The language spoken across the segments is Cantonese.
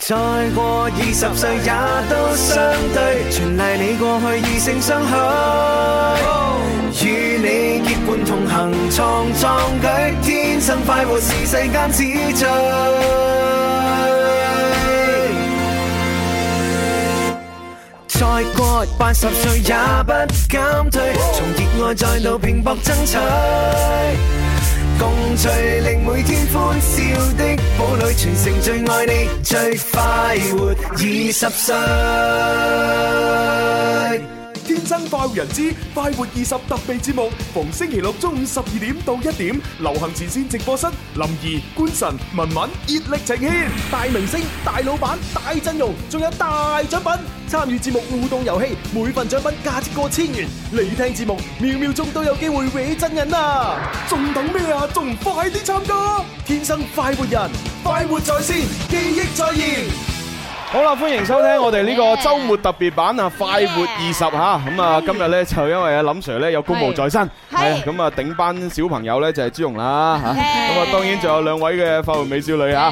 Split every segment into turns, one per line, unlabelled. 再過二十歲也都相對，全賴你過去異性相許，與你結伴同行創壯舉，天生快活是世間之最。再過八十歲也不減退，從熱愛再度拼搏爭取，共聚令每天歡笑的堡壘，全城最愛你，最快活二十歲。
天生快活人之快活二十特備節目，逢星期六中午十二點到一點，流行前線直播室，林怡、官神、文文熱力呈現，大明星、大老闆、大陣容，仲有大獎品。參與節目互動遊戲，每份獎品價值過千元。你聽節目，秒秒鐘都有機會搲真人啊！仲等咩啊？仲快啲參加！天生快活人，快活在線，記憶再現。
好啦，歡迎收聽我哋呢個週末特別版啊，快活二十嚇咁啊！今日咧就因為阿林 Sir 咧有公務在身，係啊咁啊頂班小朋友咧就係朱容啦嚇，咁啊當然仲有兩位嘅快活美少女嚇。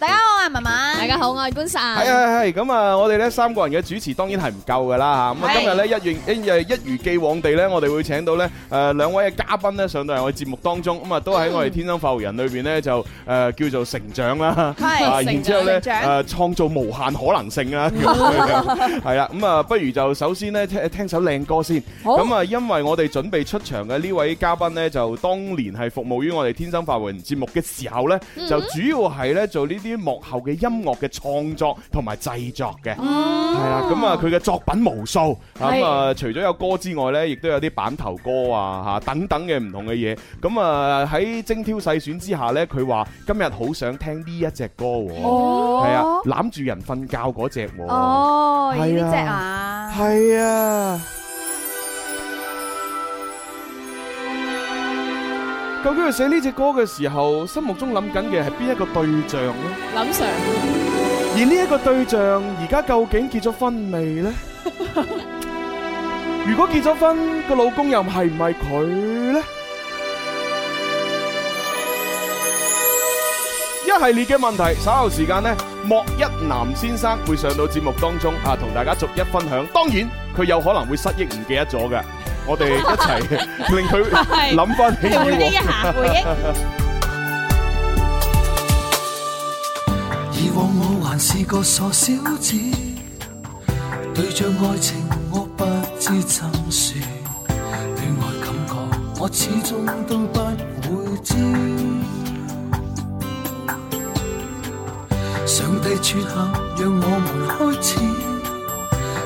大家好，我係文文。大家好，我係官神。
係係係，咁啊，我哋咧三個人嘅主持當然係唔夠噶啦嚇，咁啊
係
今日咧一如一誒一如既往地咧，我哋會請到咧誒兩位嘅嘉賓咧上到嚟我哋節目當中，咁啊都喺我哋天生快活人裏邊咧就誒叫做成長啦，
係
啊
成長
然之後咧
成長
誒呃創造無限可能性啦，咁樣係啦，咁啊不如就首先咧聽聽首靚歌先，
好
咁啊因為我哋準備出場嘅呢位嘉賓咧就當年係服務於我哋天生快活人節目嘅時候咧，就主要係咧做呢啲幕後嘅音樂嘅創作同埋製作嘅，係啦，咁啊佢嘅作品無數，咁啊除咗有歌之外咧，亦都有啲版頭歌啊吓等等嘅唔同嘅嘢，咁啊喺精挑細選之下咧，佢話今日好想聽呢一隻歌喎，係啊
哦
攬住人瞓覺嗰隻喎，
哦，
係
呢隻
啊
à?
啊，
係啊。究竟佢寫呢只歌嘅時候，心目中諗緊嘅係邊一個對象呢？
林 Sir。
而呢 一個對象而家究竟結咗婚未呢？如果結咗婚，個老公又係唔係佢呢？一系列嘅問題，稍後時間呢，莫一男先生會上到節目當中啊，同大家逐一分享。當然，佢有可能會失憶，唔記得咗嘅。我哋一齊令佢諗翻起以往。
以往我還是個傻小子，對着愛情我不知怎說，戀愛感覺我始終都不會知。上帝撮合讓我們開始，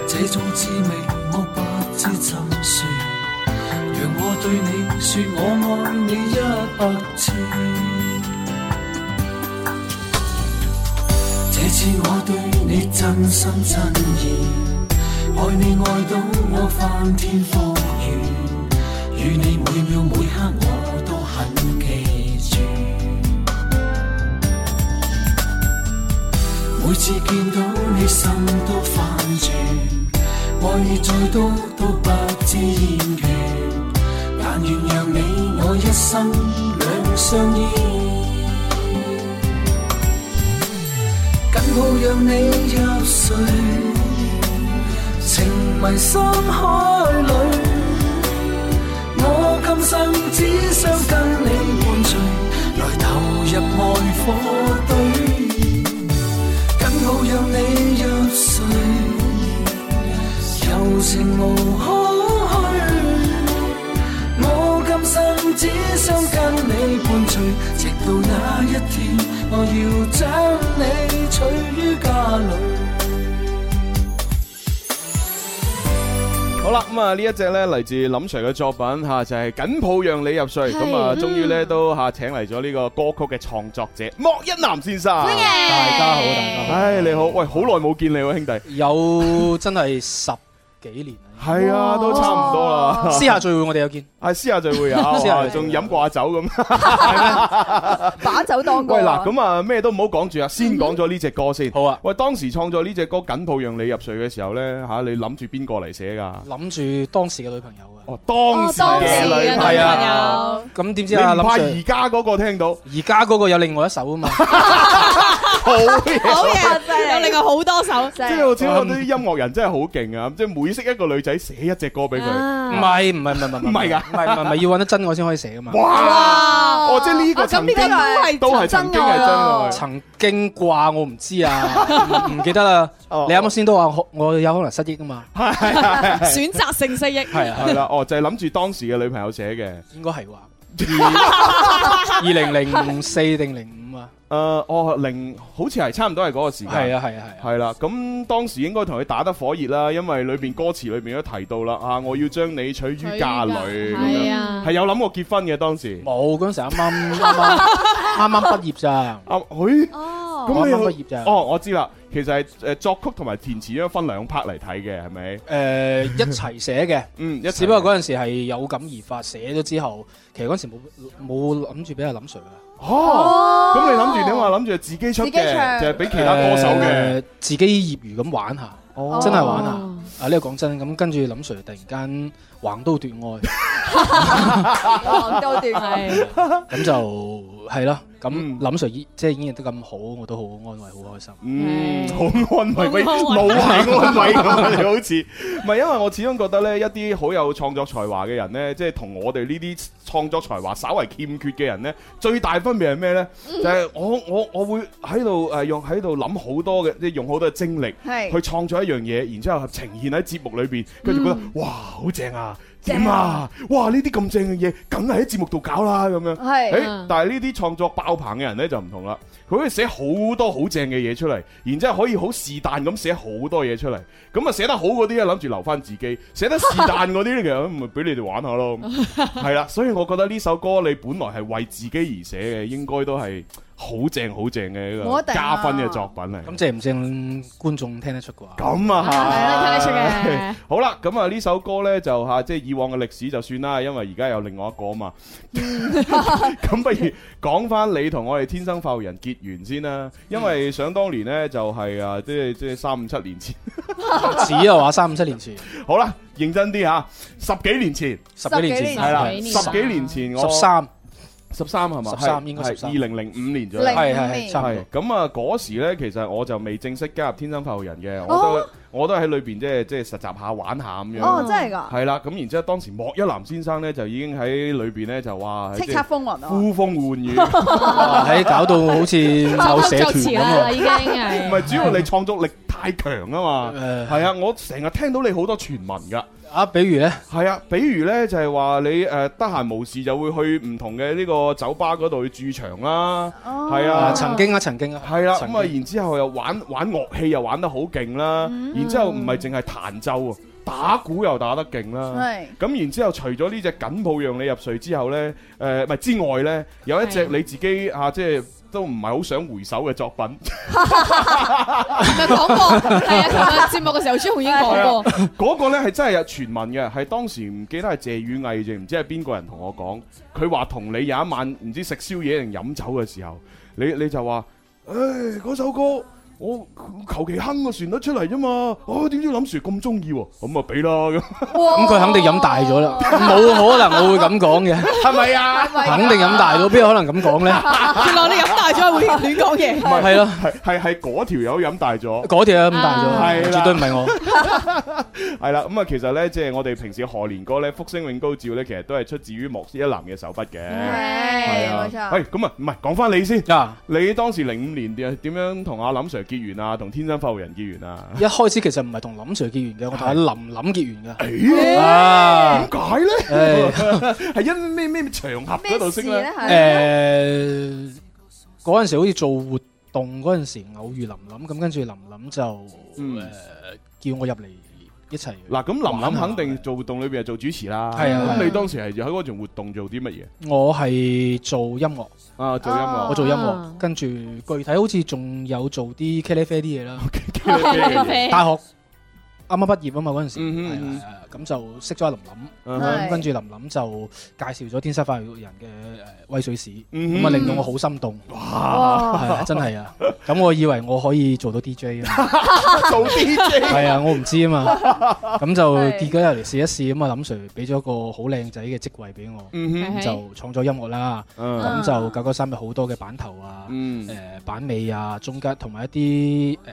這種滋味我不知怎說，讓我對你說我愛你一百次。這次我對你真心真意，愛你愛到我翻天覆雨，與你每秒每刻我都很記住。每次見到你心都反轉，愛你再多都不知厭倦，但願讓你我一生兩相依。緊抱讓你入睡，情迷深海裏，我今生只想跟你伴隨，來投入愛火堆。緊抱讓你入睡，柔情無可虛，我今生只想跟你伴隨，直到那一天，我要將你娶於家裏。
好啦，咁啊呢一隻咧嚟自林 Sir 嘅作品吓，就係緊抱讓你入睡，咁啊終於咧都吓請嚟咗呢個歌曲嘅創作者莫一男先生。歡迎，
大家好，大家好。
唉你好，喂好耐冇見你喎兄弟，
有真係十幾年 啦，
係啊都差唔 多啦，
私下聚會我哋有見，
啊私下聚 會啊，
私下聚會
仲飲掛酒 咁。
把酒當歌。
喂嗱，咁啊咩都唔好講住啊，先講咗呢隻歌先。
好啊
喂當時創作呢隻歌緊抱讓你入睡嘅時候咧吓，你諗住邊個嚟寫㗎？
諗住當時嘅女朋友啊。
哦，當時嘅
當
女
時嘅女朋友
係啊，
咁點
你
知啊，
唔
林
怕
Sir
而 家嗰個聽到？
而家嗰個有另外一首啊嘛，
好嘢。
好嘢，真係
另外好多首，
真
即
係
係我知道啲音樂人真係好 勁啊！即係每識一個女仔寫一隻歌俾佢，
唔
啊
係唔係唔係唔係
唔係㗎
唔係唔係唔係要揾得真愛先可以寫噶嘛？
哇！
哇
哦，即係呢個
啊咁
曾
呢
經
個係
都係曾經係真愛。
曾經掛我唔知 啊，唔唔記得啦。
哦
你啱啱先都話我我有可能失憶啊 嘛，
選擇性失憶，
係啊，
係啦，哦，就係諗住當時嘅女朋友寫嘅。
應該係話二零零四定零五啊，
誒，哦，零好似係差唔多係嗰個時間。
係啊係啊係啊，
係啦，咁當時應該同佢打得火熱啦，因為裏邊歌詞裏邊都提到啦，啊，我要將你娶於嫁裏，咁樣
係啊
係，有諗過結婚嘅當時。
冇嗰陣時啱啱 啱啱啱啱畢業咋，
啊，佢
哦，
咁你
我啱啱畢業咋
哦，我知啦，其實係誒作曲同埋填詞應該分兩 part 嚟睇嘅，係咪？
誒一齊寫 嘅。
嗯，一齊
只不過嗰陣時係有感而發，寫咗之後，其實嗰陣時冇冇諗住俾阿林 Sir 啊噶，
哦，咁你諗住點話？啊諗住自己出
自己
嘅，
唱
就係俾其他歌手嘅。
誒自己業餘咁玩下，
哦
真係玩下。啊呢個講真，咁跟住林 Sir 突然間橫刀奪
黃到斷係。
愛，咁就係啦。咁
嗯
林 Sir 已即係演繹得咁好，我都好安慰，好開心。
嗯，
係
好安慰，喂，
好
冇
安慰
係安慰咁啊！你好似唔係，因為我始終覺得呢，一啲好有創作才華嘅人呢，即係同我哋呢啲創作才華稍為欠缺嘅人呢，最大分別係咩呢？就係我我我會喺度誒用喺度諗好多嘅，即係用好多嘅精力。
係
去創作一樣嘢，然之後呈現喺節目裏邊，跟住覺得哇好正啊！點
正
啊！哇！呢啲咁正嘅嘢，梗係喺節目度搞啦咁樣。
係
誒
嗯
但係呢啲創作爆棚嘅人呢，就唔同啦，佢可以寫好多好正嘅嘢出嚟，然之後可以好是但咁寫好多嘢出嚟。咁啊寫得好嗰啲咧，諗住留翻自己；寫得是但嗰啲咧，其實咪俾你哋玩下 咯。係啦，所以我覺得呢首歌你本來係為自己而寫嘅，應該都係好正好正嘅一
冇
個
一定啊
加分嘅作品嚟。
咁正唔正？觀眾聽得 出啩？
咁啊，À.
係啦聽得出嘅。
好啦，咁啊呢首歌呢，就吓，即係以往嘅歷史就算啦，因為而家有另外一個啊嘛。咁不如講翻你同我哋天生發育人結緣先啦，因為想當年呢，就係啊，即係即係三五七年前。
似啊話三五七年前，
好啦，認真啲吓，十幾年前
十幾年前
十幾年前
係啦，
十幾年
十幾年前我
十三
十三係嘛？
13應該13
二零零五年左右
零。
係係係
年
差唔
係
多。
咁啊！嗰時咧，其實我就未正式加入天生發育人嘅，我都我都喺裏邊即係即係實習下玩下咁樣。
哦，真係㗎，
係啦，咁然之後當時莫一南先生咧就已經喺裏邊咧就話
叱咤風雲啊！
呼風喚 雨，唔
哇喺搞到好似有社團咁啊！
已經係
係主要你創作力太強啊嘛，
誒
係啊，我成日聽到你好多傳聞㗎，
啊，比如咧，
係啊，比如咧就係話你誒得閒無事就會去唔同嘅呢個酒吧嗰度去駐場啦，
哦
係
啊
啊，
曾經啊，曾經啊，
係啦，
曾
咁啊，
經
然之後又玩玩樂器又玩得好勁啦，然之後唔係淨係彈奏啊，打鼓又打得勁啦。
係
咁然之後，除咗呢只緊抱讓你入睡之後呢，誒唔係之外呢，有一隻
係
你自己啊，即係都唔係好想回首嘅作品，
咪講過，係啊，琴日節目嘅時候，朱紅已經講過，
嗰個呢係真係有傳聞嘅，係當時唔記得係謝雨藝定唔知係邊個人同我講，佢話同你有一晚唔知食宵夜定飲酒嘅時候，你你就話，唉嗰首歌。我求其哼個旋律出嚟啫嘛，哦點知林 Sir 咁中意喎，咁啊俾啦咁，
咁佢肯定飲大咗啦，冇可能我會咁講嘅，
係咪啊？
肯定飲大咗，邊有可能咁講咧？
原來你飲大咗會亂 講嘢。
係咯，
係係係嗰條友飲大咗。
嗰條友咁大
係
咗，絕
啦
對唔 係我。
係啦，咁啊，其實咧，即係我哋平時賀年歌咧，《福星永高照》咧，其實都係出自於莫一男嘅手筆嘅。
嗯
係
係
冇錯。
喂，咁啊，唔係講翻你先，
嗱，
你當時零五年點點樣同阿林 Sir 結緣啊，同天生發育人結緣啊？
一開始其實唔係同林 Sir 結緣嘅，我同阿林林結 緣嘅。
咦
啊
點，解咧？係因咩咩場合嗰度
咩事
識
咧？
咧？
係
誒，嗰陣時好似做活動嗰陣時偶遇林林，咁跟住林林就誒
嗯
叫我入嚟一齊。
嗱，咁林林肯定做活動裏邊係做主持啦。
係啊
咁你當時係喺嗰場活動做啲乜嘢？
我係做音樂，
啊，做音樂
我。做音
啊
樂，跟住具體好似仲有做啲茄哩啡啲嘢啦。
係
大學啱啱畢業啊嘛，嗰陣時，
嗯哼
係
嗯
啊係啊咁就識咗阿林林，
嗯
係
哼
咁跟住林林就介紹咗天生發育人嘅誒威水史，
嗯
咁啊
哼
令到我好心動，
哇！
係啊真係啊！咁我以為我可以做到 DJ 啊，
做 DJ。
係啊，我唔知啊 嘛，咁就
係
結果又嚟試一試，咁啊林 Sir 俾咗個好靚仔嘅職位俾我，
嗯
咁就創作音樂啦，
哼，
啊
咁就九九三有好多嘅版頭啊。
嗯
誒版尾啊、中間同埋一啲誒誒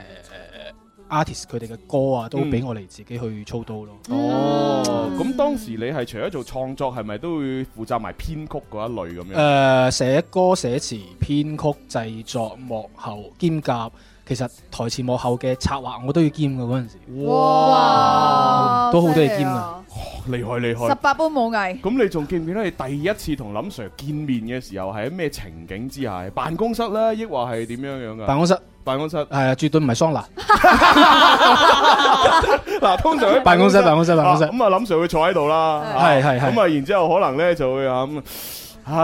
artist 佢哋嘅歌啊，都
嗯
俾我哋自己去操刀咯。
哦，咁當時你係除咗做創作，係咪都會負責埋編曲嗰一類咁
誒、
樣？
呃寫歌、寫詞、編曲、製作、幕後兼夾，其實台前幕後嘅策劃我都要兼嘅嗰陣時。
嗯
哇，
都好多嘢
犀利啊！
厲害厲
十
害！
八般武藝，
咁你仲記唔記得你第一次同林 Sir 見面嘅時候係喺咩情景之下？係辦公室咧，抑或係點樣樣
辦
噶？
公室
辦公室
係啊，絕對唔係桑拿，
嗱，通常喺
辦公室、辦公室、辦公室
啊，咁啊，林 Sir 會坐喺度啦，
係係係
咁啊，然之後可能咧就會啊咁，唉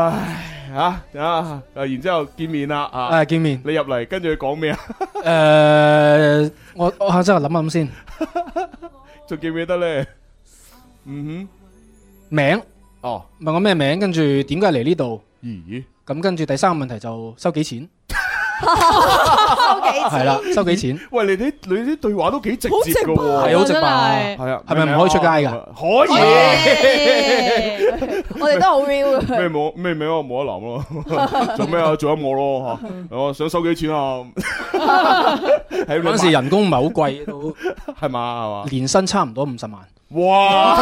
啊啊，然之後見面啦啊，
誒見面。
你入嚟跟住佢講咩啊？
誒，我我下真係諗諗先，
仲記唔記得咧？嗯
名
哼，哦，
問我咩名，跟住點解嚟呢度？
咦，
咁跟住第三個問題就收幾錢？
收幾
係啦，收幾錢？
喂，你啲你啲對話都幾直接㗎
好
喎
係，好直白
真
啊
係
係啊，
係咪唔可以出街㗎
啊可
可
以。
以
我哋都好 real 嘅，
咩冇咩名我冇得諗 咯，做咩啊？做音樂咯吓，我想收幾錢啊？喺
嗰陣時人工唔係好貴，都
係嘛係嘛？
年薪差唔多五十萬。
哇！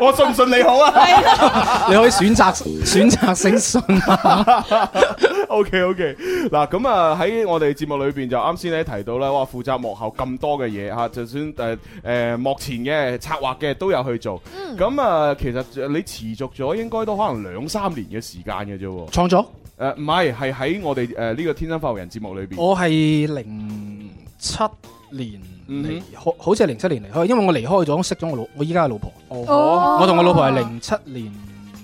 我信唔信你好啊
你可以選擇選擇性信啊。
？OK OK，嗱咁啊喺我哋節目裏邊就啱先咧提到啦，哇負責幕後咁多嘅嘢嚇，就算誒誒、呃幕前嘅策劃嘅都有去做。咁啊、其實你持續咗應該都可能兩三年嘅時間嘅啫喎。
創作，
誒唔係，係喺我哋誒呢個天生發育人節目裏邊。
我係零七年
嗯
離開，好似係零七年離開，因為我離開咗，我識咗我老，我依家嘅老婆。
哦
我同我老婆係零七年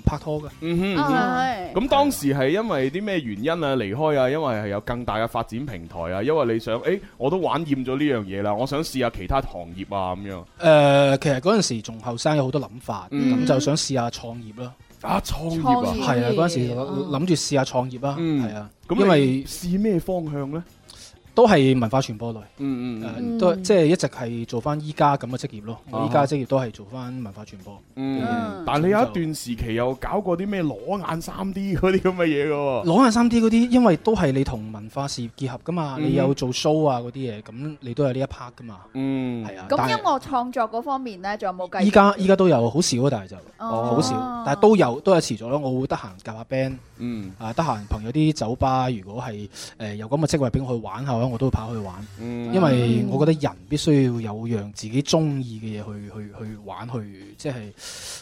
拍拖嘅。
嗯哼嗯
哦
哼。
係
咁當時係因為啲咩原因啊離開啊？因為係有更大嘅發展平台啊，因為你想，誒、我都玩厭咗呢樣嘢啦，我想試下其他行業啊咁樣。
誒、呃其實嗰陣時仲後生，有好多諗法，咁、
嗯
就想試下創業啦。
啊，創業
嗯
啊，哦
係啊，嗰陣時諗住試下創業啦，
嗯
係啊，
咁
因
你
為
試咩方向呢？
都係文化傳播類，誒、呃
嗯嗯
都係即係一直係做翻依家咁嘅職業咯。我依
啊哈
家職業都係做翻文化傳播。
嗯嗯
嗯。
但你有一段時期又搞過啲咩裸眼三 D 嗰啲咁嘅嘢嘅喎。
攞下三 D 嗰啲，因為都係你同文化事業結合噶嘛，
嗯
你有做 show 啊嗰啲嘢，咁你都有呢一 part 噶嘛，
嗯，
係啊。
咁
但
音
係
樂創作嗰方面咧，仲有冇繼續？
依家依家都有好少啊，但係就
哦
好少，但係都有都有持續咯。我會得閒夾下 band
嗯
啊，得閒朋友啲酒吧，如果係誒、呃有咁嘅職位俾我去玩下咧，我都會跑去玩，
嗯，
因為我覺得人必須要有讓自己中意嘅嘢去去去玩，去即係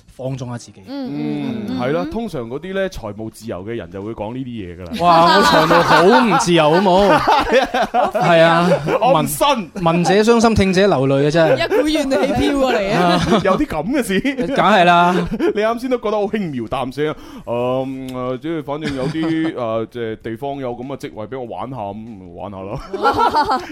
放縱下自己。
嗯
嗯係啦，通常嗰啲呢財務自由嘅人就會講呢啲嘢㗎啦。
哇！我財務好唔自由，好冇？係啊，
我唔
文
信
聞者傷心，聽者流淚啊！真係。
一股怨氣飄過嚟啊！
啊，
有啲咁嘅事。
梗係啦，
你啱先都覺得好輕描淡寫啊！誒、誒，即係反正有 啲誒，即係地方有咁嘅職位俾我玩下，咁玩下 咯。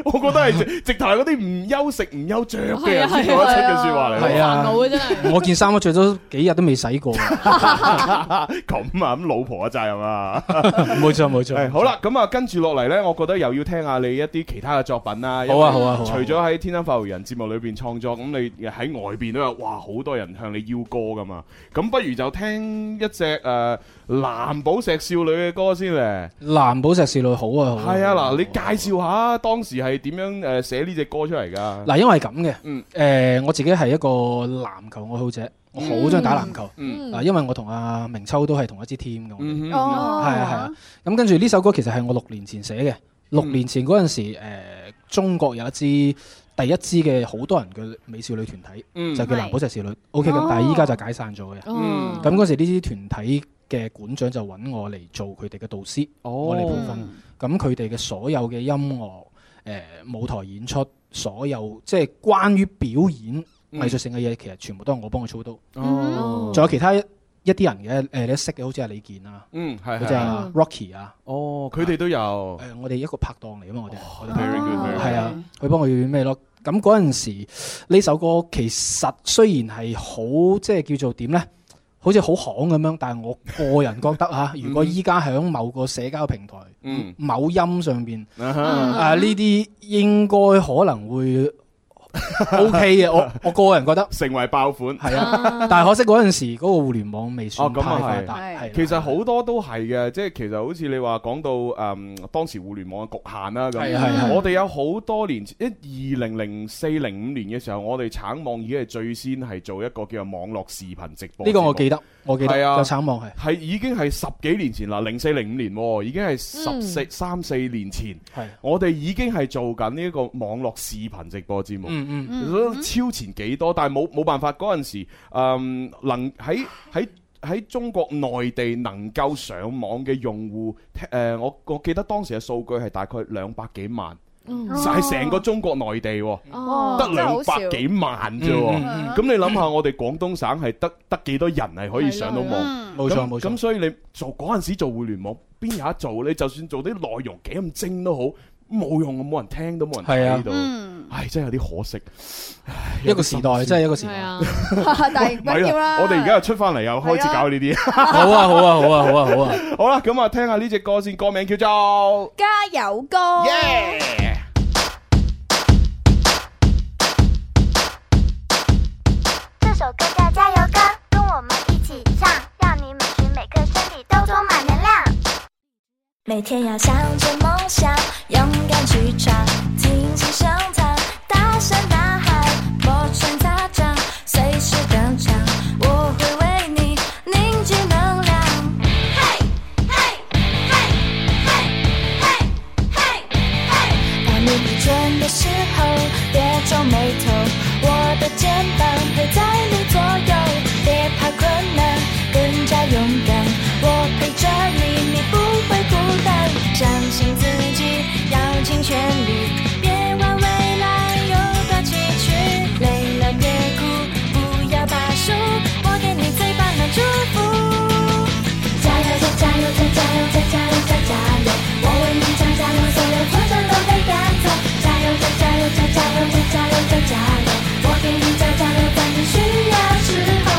我覺得係直直頭係嗰啲唔休食唔休着嘅人先講得出嘅説話
係
嚟喎。
煩
啊，
惱啊真係。
我件衫都着咗幾日都未洗過，冇
咁啊，咁老婆嘅責任啊。
錯 冇錯
係好，啦，咁啊，跟住落嚟呢，我覺得又要聽下你一啲其他嘅作品啦。因為
好啊好啊好啊
除咗喺《天生發育人》節目裏邊創作，咁你喺外邊都有哇好多人向你邀歌噶嘛。咁不如就聽一隻誒、呃藍寶石少女嘅歌先咧。
藍寶石少女好啊，好
係啊，嗱，你介紹下當時係點樣誒寫呢只歌出嚟㗎？
嗱，因為咁嘅，
嗯
誒，我自己係一個籃球愛好者，我好中意打籃球，
嗯
嗱，因為我同阿明秋都係同一支 team 嘅，我哋
嗯哼
哦，
係啊係啊，咁跟住呢首歌其實係我六年前寫嘅，六
嗯
年前嗰陣時，誒，中國有一支第一支嘅好多人嘅美少女團體，
嗯哦
就叫藍寶石少女，OK 咁，但係依家就解散咗嘅。
嗯
咁嗰時呢啲團體嘅館長就揾我嚟做佢哋嘅導師，我嚟培
哦，
訓。咁佢哋嘅所有嘅音樂、誒、舞台演出，所有即係關於表演
嗯
藝術性嘅嘢，其實全部都係我幫佢操刀。
哦，
仲有其他一一啲人嘅誒、你都識嘅，好似係李健啊，
嗯係
嗰
係
只
係
啊 Rocky 啊，
哦，佢哋都有
誒、我哋一個拍檔嚟啊嘛，我哋我哋
哦 very good very
係
good
啊，佢幫我咩咯？咁嗰陣時呢首歌其實雖然係好即係叫做點呢？好似好行咁樣，但係我個人覺得 啊，如果依家喺某個社交平台、
嗯
某音上邊
啊哈
啊呢啲應該可能會 OK 嘅， 我我個人覺得
成為爆款。
係啊。但係可惜嗰陣時嗰個互聯網未
哦
算
咁
太
啊
發
係
達，係
其實好多都係嘅，即係其實好似你話講到誒、嗯、當時互聯網嘅局限啦
係啊係
咁，
係
我哋有好多年前，一二零零四零五年嘅時候，我哋橙網已經係最先係做一個叫做網絡視頻直播。
呢個我記得，我記得
係啊
有橙網係。
係已經係十幾年前啦，零四零五年喎，已經
嗯
係十四三四年前，
係
我哋已經係做緊呢一個網絡視頻直播節目。
嗯嗯，
超前幾多，但係冇冇辦法嗰陣時，嗯，能喺喺喺中國內地能夠上網嘅用戶，誒、我我記得當時嘅數據係大概兩百幾萬，就係成個中國內地喎，
哦
得
真係
兩
好少
百幾萬啫
嗯
喎。
嗯
咁你諗下，我哋廣東省係得得幾多人係可以上到網？
嗯冇錯
咁
冇
咁
錯，
所以你做嗰陣時做互聯網，邊有得做？你就算做啲內容幾咁精都好，冇用，冇人聽都冇
係
人
啊
睇到。唉，真係有啲可惜。唉
一個時代真係一個時
係
代。
啊，
但係唔
唔係
緊要
啦，
啊
啦。
我哋而家又出翻嚟又開始搞呢啲。
好啊好啊好啊好啊好啊！
好啦，咁啊，聽下呢只歌先，歌名叫做
加油歌，
《
係
Yeah》。
这首歌叫《加油歌》，跟我们一起唱，让你每时每刻身体都充满能量。
每天要向着梦想，勇敢去闯，挺起胸膛，大声呐喊，拨穿它掌，随时登场，我会为你凝聚能量。嘿，嘿，嘿，嘿，嘿，嘿，嘿。当你疲倦的时候，别皱眉头，我的肩膀陪在你左右，别怕困难，更加勇敢，我陪着你，你不会孤单，相信自己，要尽全力，别往未来有多崎岖，累了别哭，不要怕输，我给你最棒的祝福。加油再加油再加油再加油再加油！我为你加加油，所有挫折都被赶走。加油再加油再加油再加油再加油！我给你加加油，在你需要时候。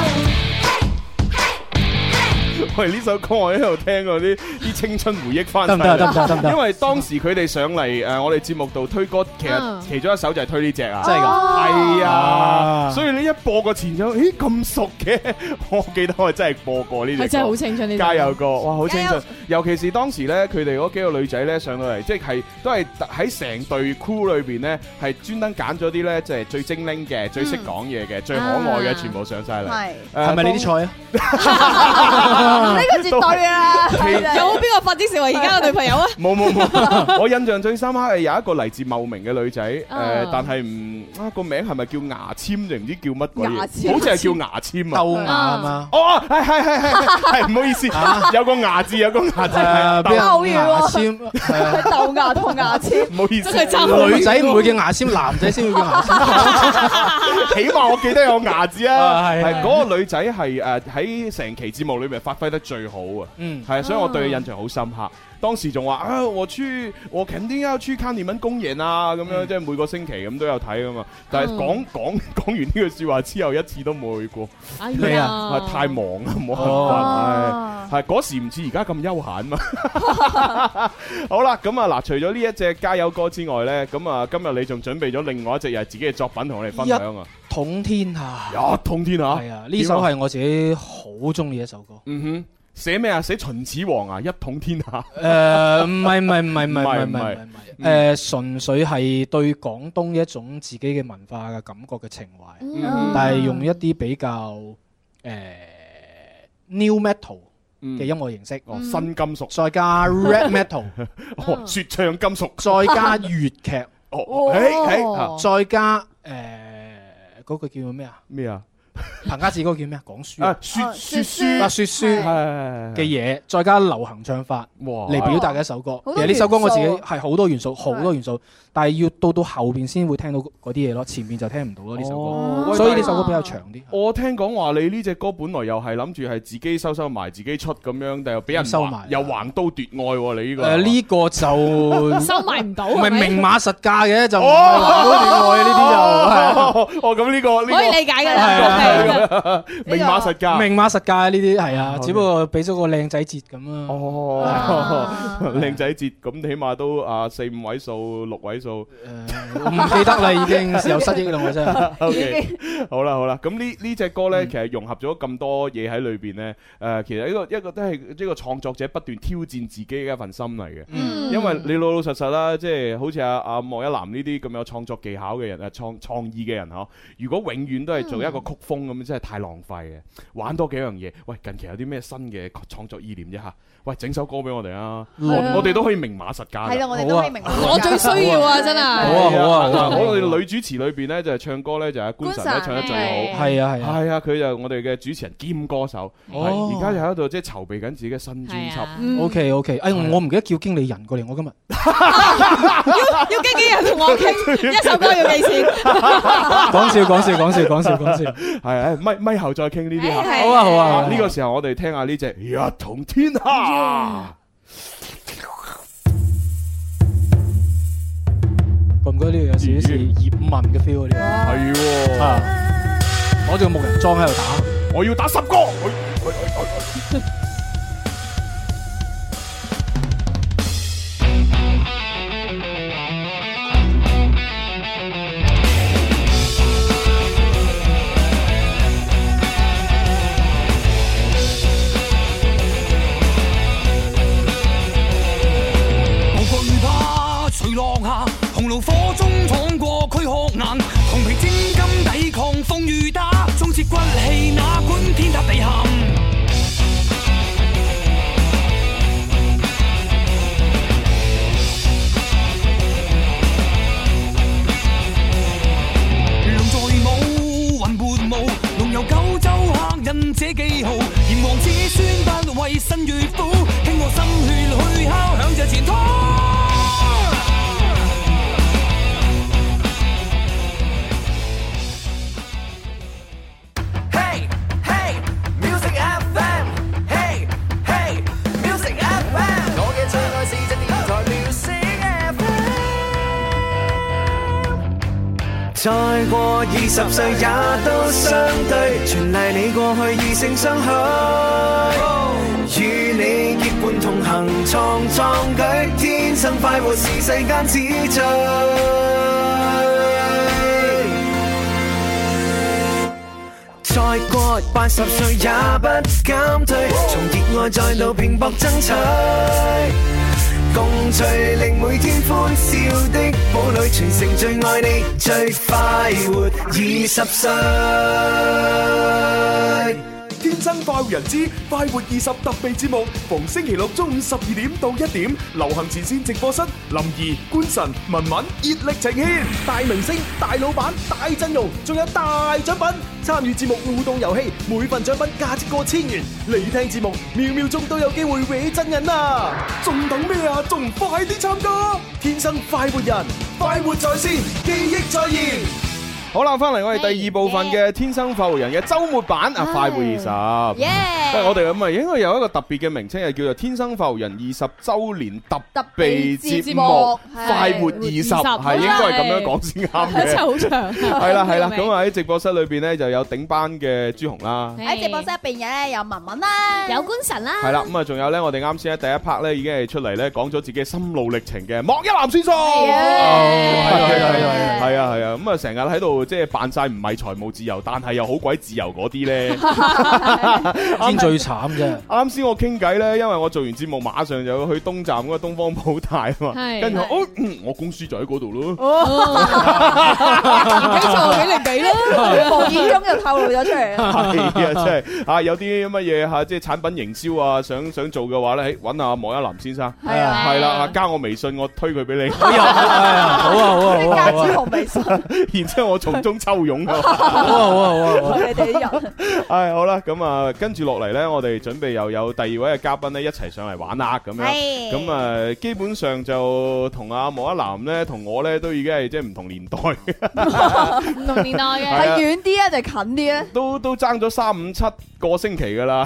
嘿，嘿，嘿。
喂，呢首歌我喺度聽嗰啲啲青春回憶翻
得唔得啊得唔得啊得唔得啊
因為當時佢哋上嚟呃誒，我哋節目度推歌，其實
嗯
其中一首就係推呢只啊。
真係㗎，
係啊，
啊
所以你一播個前奏，咦咁熟嘅， 我記得我真係播過呢只
係
歌。
真係好青春呢啲。
加油歌，哇，好精
加
神
油！
尤其是當時咧，佢哋嗰幾個女仔咧上到嚟，即係都係喺成隊 crew 裏邊咧，係專登揀咗啲咧，即係最精靈嘅、最識講嘢嘅、最可愛嘅，
啊
全部上晒嚟。
呢
誒
係咪你啲？菜啊？
個絕對啦，係啦
有冇邊個發展成為而家嘅女朋友啊？
當冇 冇冇！我印象最深刻係有一個嚟自茂名嘅女仔，誒，
啊
但係唔啊個名係咪叫牙籤定唔知叫乜鬼嘢？
牙籤
好似係叫 牙籤啊！
豆芽啊嘛，
哦，係係係係係，唔好意思，有個牙字，有個牙字，係啊
啊誒，俾人
豆芽
牙
喎
籤係啊
豆芽同牙籤，
唔好意思，
真係爭好
女仔唔會叫牙籤，男仔先會叫牙 籤。
起碼我記得有牙子啊，
啊係
係嗰個女仔係誒喺成期節目裏面發揮得最好啊，
嗯，
係啊，所以我對佢印象好深刻。當時仲話啊，我去我肯定要去看你們公演啊，咁樣
嗯
即係每個星期咁都有睇噶嘛。但係講講 講完呢句説話之後，一次都冇去過，
哎
咩啊
啊太忙啦，冇辦
哦
法。係係嗰時唔似而家咁休閒嘛。 好啦，咁啊嗱，除咗呢一隻加油歌之外呢，咁啊今日你仲準備咗另外一隻又係自己嘅作品同我哋分享啊。
統天下
呀，通天下，
係啊啊，呢首係我自己好中意一首歌。
嗯哼，寫咩啊？寫秦始皇啊，一統天下。
誒唔係唔係唔係唔係
唔係唔
唔係唔
係
係唔係誒，純粹係對廣東一種自己嘅文化嘅感覺嘅情懷，
嗯
但係用一啲比較誒 new metal 嘅
嗯
音樂形式，
哦，新金屬，
再加 rap metal，
哦，說唱金屬，
再加粵劇，
哦，誒誒，啊
再加誒嗰個叫咩啊？
咩啊？
彭家志嗰個叫咩啊？講書
啊
啊，，
說
哦
說
說
啊
書
書
說書
係哦
嘅嘢，再加流行唱法。
哇
嚟表達嘅一首歌。
好多
其實呢首歌我自己
元素
係好多元素，好多元素，但係要到到後邊先會聽到嗰啲嘢咯，前面就聽唔到咯呢首
哦
歌。
喂
所以
但
呢
係
首歌比較長 啲。
我聽講話你呢隻歌本來又係諗住係自己收收埋自己出咁樣，但又俾人
收
橫
埋
又橫刀奪愛喎，你呢個
誒呃呢個就唔
收埋唔到，
係
係咪
明碼實價嘅，就唔係話好戀愛呢啲就係啊。
哦，哦咁呢個呢
可以
個
理解㗎
係
啦
啊
ờ, 明碼實價。
明碼實價呢啲係啊，
OK
只不過俾咗個靚仔折咁啊啦。
哦，靚仔節咁起碼都啊四五位數、六位數。
我唔記得啦，已經有失憶啦，我真係。
O K，好啦好啦，咁呢呢只歌
嗯
呢，其實融合咗咁多嘢喺裏邊呢。誒，其實一個一個都係呢個創作者不斷挑戰自己嘅一份心嚟嘅。
嗯
因為你老老實實啦，即係好似阿阿莫一南呢啲咁有創作技巧嘅人，誒呃創創意嘅人嗬，如果永遠都係做一個曲風咁，真係太浪費嘅。玩多幾樣嘢，喂，近期有啲咩新嘅創作意念啫嚇？喂，整首歌俾我哋啊！
係啊
我我哋都可以明碼實價㗎。
係啦，我哋都可以明白。
我最需要啊，真
好
係。
啊好啊好啊
嗱我哋女主持裏邊咧就係唱歌咧就係官神咧
官神
唱得最好。
係啊係啊。
係啊，佢就係我哋嘅主持人兼歌手，
哦
係而家就喺度即係籌備緊自己嘅新專輯。
O K O K，哎，我唔記得叫經理人過嚟，我今日
要經紀人同我傾，一首歌要幾錢？
講笑講笑講笑講笑講笑，
係係，咪咪後再傾呢啲嚇。
好啊好啊，好
啊
啊
呢個時候我哋聽下呢只《一統天下》。
覺唔覺得呢個有少少似葉問嘅 feel 啊？呢
係
個
喎，
啊，攞住個木人樁喺度打，
我要打十個。哎哎哎哎
我惧怕隨浪下，紅爐火中闖過軀殼眼，銅皮精金抵抗風雨打，終節骨氣哪管天塌地陷。梁在武，雲活舞，龍遊九州客印這記號，炎黃子孫不畏身與虎，傾我心血去敲響這前通。
Hey Hey Music FM Hey Hey Music FM，我嘅最愛是只電台 Music FM。再過二十歲也都相對，全賴你過去異性相許，與你結伴同行創壯舉，天生快活是世間之最。再過八十歲也不減退，從熱愛再度拼搏爭取，共聚令每天歡笑的堡壘，全城最愛你，最快活二十歲。
天生快活人之快活二十特備節目，逢星期六中午十二點到一點，流行前線直播室，林怡、官神、文文熱力呈現，大明星、大老闆、大陣容，仲有大獎品。參與節目互動遊戲，每份獎品價值過千元。你聽節目，秒秒鐘都有機會搲真人啊！仲等咩啊？仲快啲參加！天生快活人，快活在線，記憶再現。
好啦，翻嚟我哋第二部分嘅《天生快活人》嘅周末版啊，快活二十。喂，我哋咁啊，應該有一個特別嘅名稱，係叫做《天生快活人二十周年特別節目》
係
快活二十，
20
係應該係咁樣講先啱
真係
嘅。
好長。
係 啦係啦，咁啊喺直播室裏邊咧就有頂班嘅朱紅啦。
喺直播室入邊嘅咧有文文啦，
有官神啦，
係啦，咁啊，仲有咧，我哋啱先喺第一 part 咧已經係出嚟咧講咗自己心路歷程嘅莫一南先生，係
啊
係啊
係啊
係啊係啊，咁啊成日喺度即係扮晒唔係財務自由，但係又好鬼自由嗰啲咧。
先最慘啫。
啱先我傾偈咧，因為我做完節目馬上就要去東站嗰個東方寶泰啊嘛，
係
跟住我哦嗯我公司就喺嗰度咯。
幾做幾零幾啦，
無意中就透露咗出嚟啦。
係啊，真係啊，有啲乜嘢嚇，即係產品營銷啊，想想做嘅話咧，誒揾下莫一林先生，
係啊
係啦，啊加我微信，我推佢俾
哎呀，哎呀好啊好啊好啊
加
好啊
朱紅微信，
你， 然之後我從中抽傭啊。
好啊好啊好啊好啊，
你哋啲人
唉，好啦，咁啊，跟住落嚟呢，我哋準備又有第二位嘅嘉賓呢，一齊上嚟玩啦，咁樣。
係
咁啊，基本上就同阿莫一南呢，同我呢，都已經係即係唔同年代，
唔同年代嘅。
係啊
係遠啲啊定近啲咧？
都都爭咗三五七個星期㗎啦，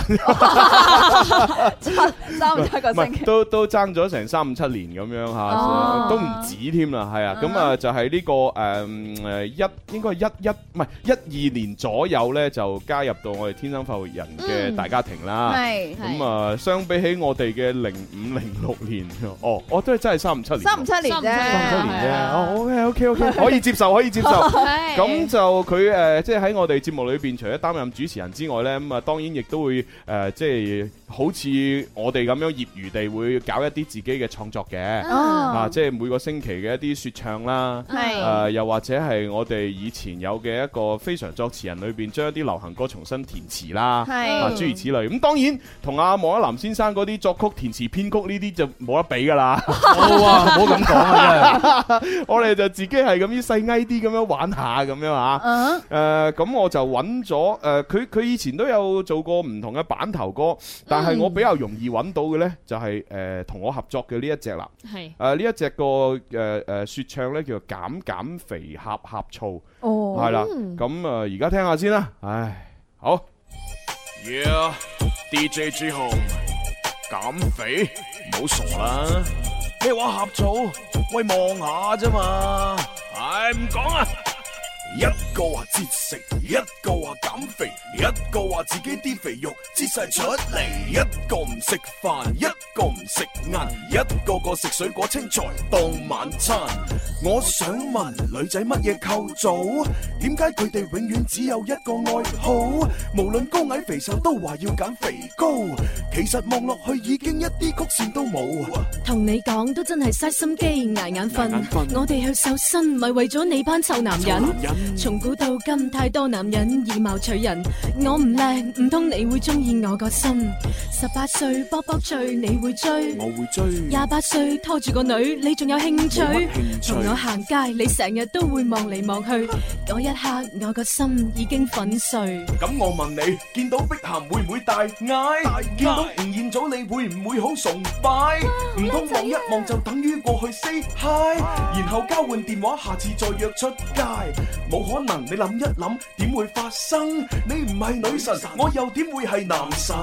三唔一個
唔
星期
係。都都爭咗成三五七年咁樣
哦
嚇，都唔止添啦，係啊，咁啊就係呢個誒誒一應該係一一唔係一二年左右咧，就加入到我哋天生發活人嘅
嗯
大家庭啦。
係
咁啊，相比起我哋嘅零五零六年，哦，我都係真係三五七年，
三五七年
三
啫
五七，
年
係
啫。
啊
哦，OK OK OK，可以接受，可以接受。
係
咁就佢誒，即係喺我哋節目裏邊，除咗擔任主持人之外呢，咁啊當然亦都會誒、呃即係好似我哋咁樣業餘地會搞一啲自己嘅創作嘅，啊，
哦，
即係每個星期嘅一啲説唱啦。
嗯
誒、
係
又或者係我哋以前有嘅一個非常作詞人裏邊，將一啲流行歌重新填詞啦，
係
啊諸如此類。咁當然同阿莫一南先生嗰啲作曲、填詞、編曲呢啲就冇得比㗎啦。
好啊，唔好咁講啊，？
我哋就自己係咁樣細埃啲咁樣玩下咁樣啊。
嗯，
誒咁、我就揾咗誒，呃佢、佢以前都有做過唔同嘅版頭歌，但係我比較容易揾到嘅呢，就係誒同我合作嘅呢一隻啦。
係
誒呢一隻個誒誒説唱呢，叫做減減肥呷呷醋，
哦，
係啦。咁誒呃而家聽下先啦。唉，好。
Yeah，DJ 朱紅減肥，唔好傻啦！咩話呷醋？喂，望下啫嘛！唉，唔講啦。一個話節食，一個話減肥，一個話自己啲肥肉擠晒出嚟，一個唔食飯，一個唔食晏，一個個食水果青菜當晚餐。我想問女仔乜嘢構造？點解佢哋永遠只有一個愛好？無論高矮肥瘦都話要減肥膏，其實望落去已經一啲曲線都冇。
同你講都真係嘥心機，捱眼瞓。我哋去瘦身，咪為咗你班臭男人。從古到今，太多男人以貌取人。我唔靚，唔通你會中意我個心？十八歲卜卜脆，你會追？
我會追。
廿八歲拖住個女，你仲有興趣
冇乜興？趣
同我行街，你成日都會望嚟望去。嗰一刻，我個心已經粉碎。
咁我問你，見到碧咸會唔會大嗌？見到吳彥祖你會唔會好崇拜？唔通望一望就等於過去 say hi，然後交換電話，下次再約出街？冇可能，你諗一諗點會發生？你唔係女神，我又點會係男神？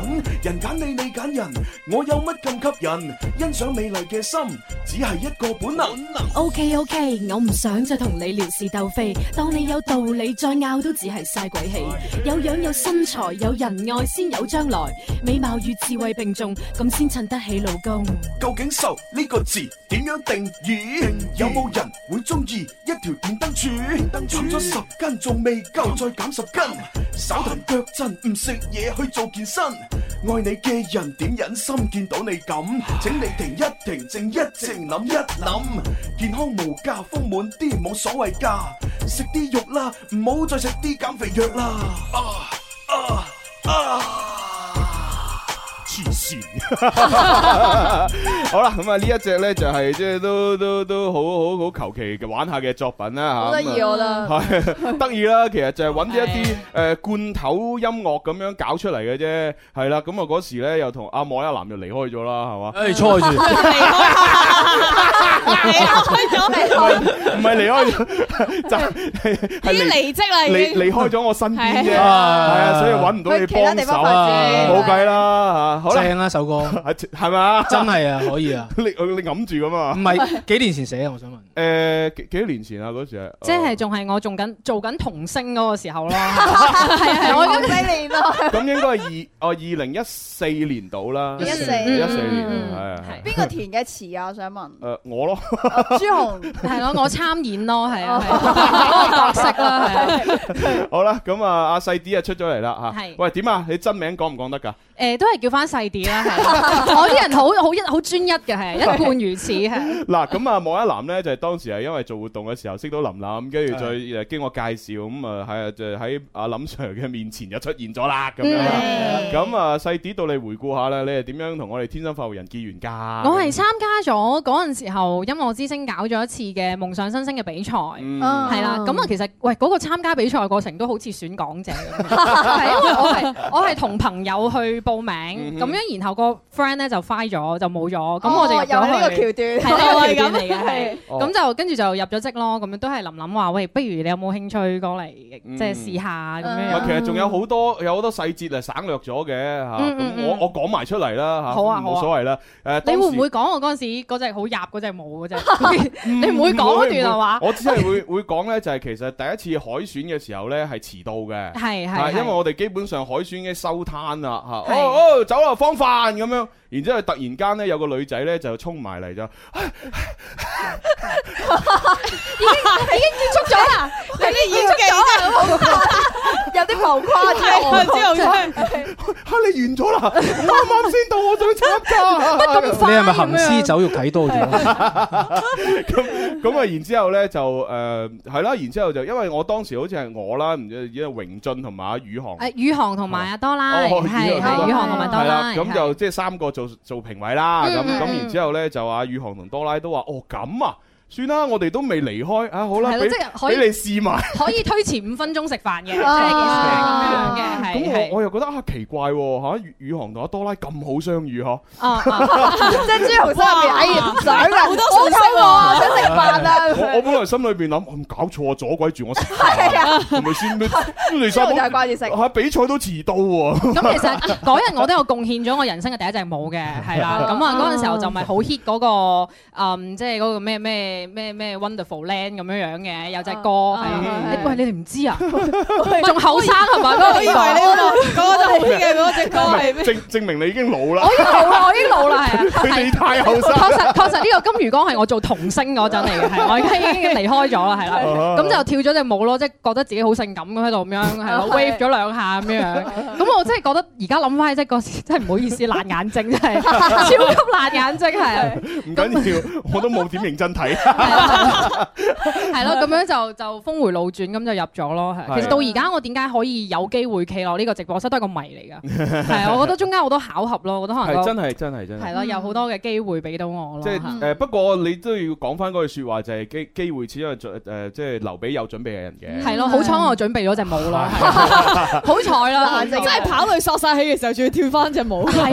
人揀你，你揀人，我有乜咁吸引？欣賞美麗嘅心，只係一個本能。
O K O K，我唔想再同你撩事鬥非，當你有道理再拗都只係嘥鬼氣。有樣有身材有人愛先有將來，美貌與智慧並重，咁先襯得起老公。
究竟瘦呢個字點樣定義？有冇人會中意一條電燈柱？減咗十斤仲未夠，再減十斤，稍停腳震，唔食嘢去做健身。愛你嘅人點忍心見到你 咁？請你停一停，靜一靜，諗一諗。健康無價，豐滿啲冇所謂㗎。食啲肉啦，唔好再食啲減肥藥啦。啊啊啊！
黐線， 好啦，咁啊呢一隻呢，就係即係都都都好好好求其嘅玩下嘅作品啦嚇。
好得
咁啊
意我 啦，
係得意啦，其實就係揾咗一啲
係
誒罐頭音樂咁樣搞出嚟嘅啫，係啦，咁啊嗰時咧又同阿莫一男就離開咗啦， 係嘛
唉，錯住，
離開，離開咗，
唔係離開咗， 就係係
已經
離
離職啦，已
離
經
離開咗我身邊啫，
係
係啊，所以揾唔到你
去其他
幫
地
手
方
啊，
發展，
冇計啦嚇，好啦，
正啊首歌，
係係咪啊？
真係啊，可以啊，
你你揞住咁
唔
啊？
係幾年前寫啊，我想問。
誒幾幾多年前啊？嗰時
即係仲係我仲緊做緊童星嗰個時候咯，係 啊，我
咁犀利咯。
咁應該係二哦二零一四年到啦，
一四
嗯一四年
嗯嗯
係啊
嗯
係啊
邊個填嘅詞啊？我 想問哦
誒我咯。
朱紅
係咯，我參演咯，係啊，係啊嗰個角色啦，係啊
好啦，咁啊，阿細啲啊出咗嚟啦吓
係，
喂，點啊？你真名講唔講得㗎？
誒都係叫翻細啲啦，係我啲人好好一好專一嘅，係一貫如此係。
嗱，咁啊，莫一男咧就係當時係因為做活動嘅時候識到林林，跟住再誒經我介紹，咁啊係啊，就喺阿林 Sir 嘅面前就出現 咗啦，咁樣啦。
嗯
咁啊，細啲到你回顧下啦，你係點樣同我哋天生發育人結緣㗎？
我係參加咗嗰陣時候音樂之星搞咗一次嘅夢想新星嘅比賽。
嗯
啊
係啦，咁啊， 其實喂 嗰個參加比賽嘅過程都好似選港姐咁樣，係因為我係我係同朋友去報名，
嗯
咁
哼
樣然後個 friend 咧就 fire 咗，就冇咗，咁
哦
我就入
又係呢個
咗去。
橋段，
係呢個
係
橋段
咁
嚟嘅，係
哦
咁就跟住就入咗職咯，咁樣都係林林話喂，不如你有冇興趣過嚟
嗯
即係試下咁
嗯
唔係
樣
其實仲有好多有好多細節係省略咗嘅嚇，
嗯嗯
咁
嗯
我我講埋出嚟啦嚇，
好啊好
冇
啊
所謂啦。誒，
你
當
會唔
時
會講我嗰陣時嗰隻好入，嗰 隻冇嗰隻？你唔會講嗰段係嘛？
我只係會 會講呢，就係其實第一次海選嘅時候呢，係遲到嘅。
係
係
係，
因為我哋基本上海選嘅收攤啦嚇，
係
哦哦走啦放飯咁樣，然之後突然間呢，有個女仔呢，就衝埋嚟就，
已經結束咗啦，你哋已經結束咗啦。
有啲浮誇之外，
嚇你完咗啦， 我啱啱先到，我想參加，乜咁
你係咪行屍走肉睇多咗？
咁啊，然之後咧就誒係啦，然之後就因為我當時好似係我啦，唔知因為榮俊同埋阿宇航。啊
誒宇航同埋阿多拉，
哦
係
宇航
係宇航同埋多
係
拉，
啦，咁就即係三個做做評委啦，
嗯
咁
嗯
咁
嗯
然之後咧就阿宇航同多拉都話：哦咁啊，算啦，我哋都未離開啊，好啦，
係咯
俾
即係可以
俾你試埋。
可以推遲五分鐘食飯嘅，即係件事
啊
係咁樣嘅，
咁
係
我我又覺得啊奇怪喎嚇，宇宇航同阿多拉咁好 相遇嗬，
係啊啊
即係朱紅心入邊，哎呀唔想啊，好多我啊，想食飯啊，
我我本來心裏邊諗，我搞錯啊，阻鬼住我食 飯，
係啊，
係咪先？你你
朱
三
紅就係
個
掛住食。
嚇比賽都遲 到喎。
咁其實嗰日我都有貢獻咗我人生嘅第一隻舞 嘅，係啦。咁啊嗰陣時候就咪好 hit 嗰個嗯，即係嗰個咩咩咩咩 Wonderful Land 咁樣樣嘅，有隻歌係啊
啊
你喂，你哋唔知 啊？仲後生係咪？嗰個年代
證證明你已經老啦
我，已經老啦，我已經老 啦， 係啊。
佢哋太後生。
確實確實呢個金魚缸係我做童星嗰陣嚟嘅，係我而家已經離開咗啦，係啦，
啊
咁就跳咗隻舞咯，即係覺得自己好性感咁喺度咁樣，哦係咯
係
，wave 咗兩下咁 樣，咁我真係覺得而家諗翻起即係嗰時真係唔好意思，爛眼睛真 係超級爛眼睛係。
唔緊要，我都冇點認真睇。
係咯，咁樣就就峰回路轉咁就入咗咯。
係
係其實到而家我點解可以有機會企落呢個直播室都係個謎嚟㗎。係，我覺得中間好多巧合咯，我覺得可能
係
個
真係真係真係。
係咯，有好多嘅機會俾到我咯。
即係誒、呃不過你都要講翻嗰句説話，就係、機機會始終係準誒，即係留俾有準備嘅人嘅。
係咯，好彩我準備咗隻舞咯，係 好彩啦，
眼睛
係係啊，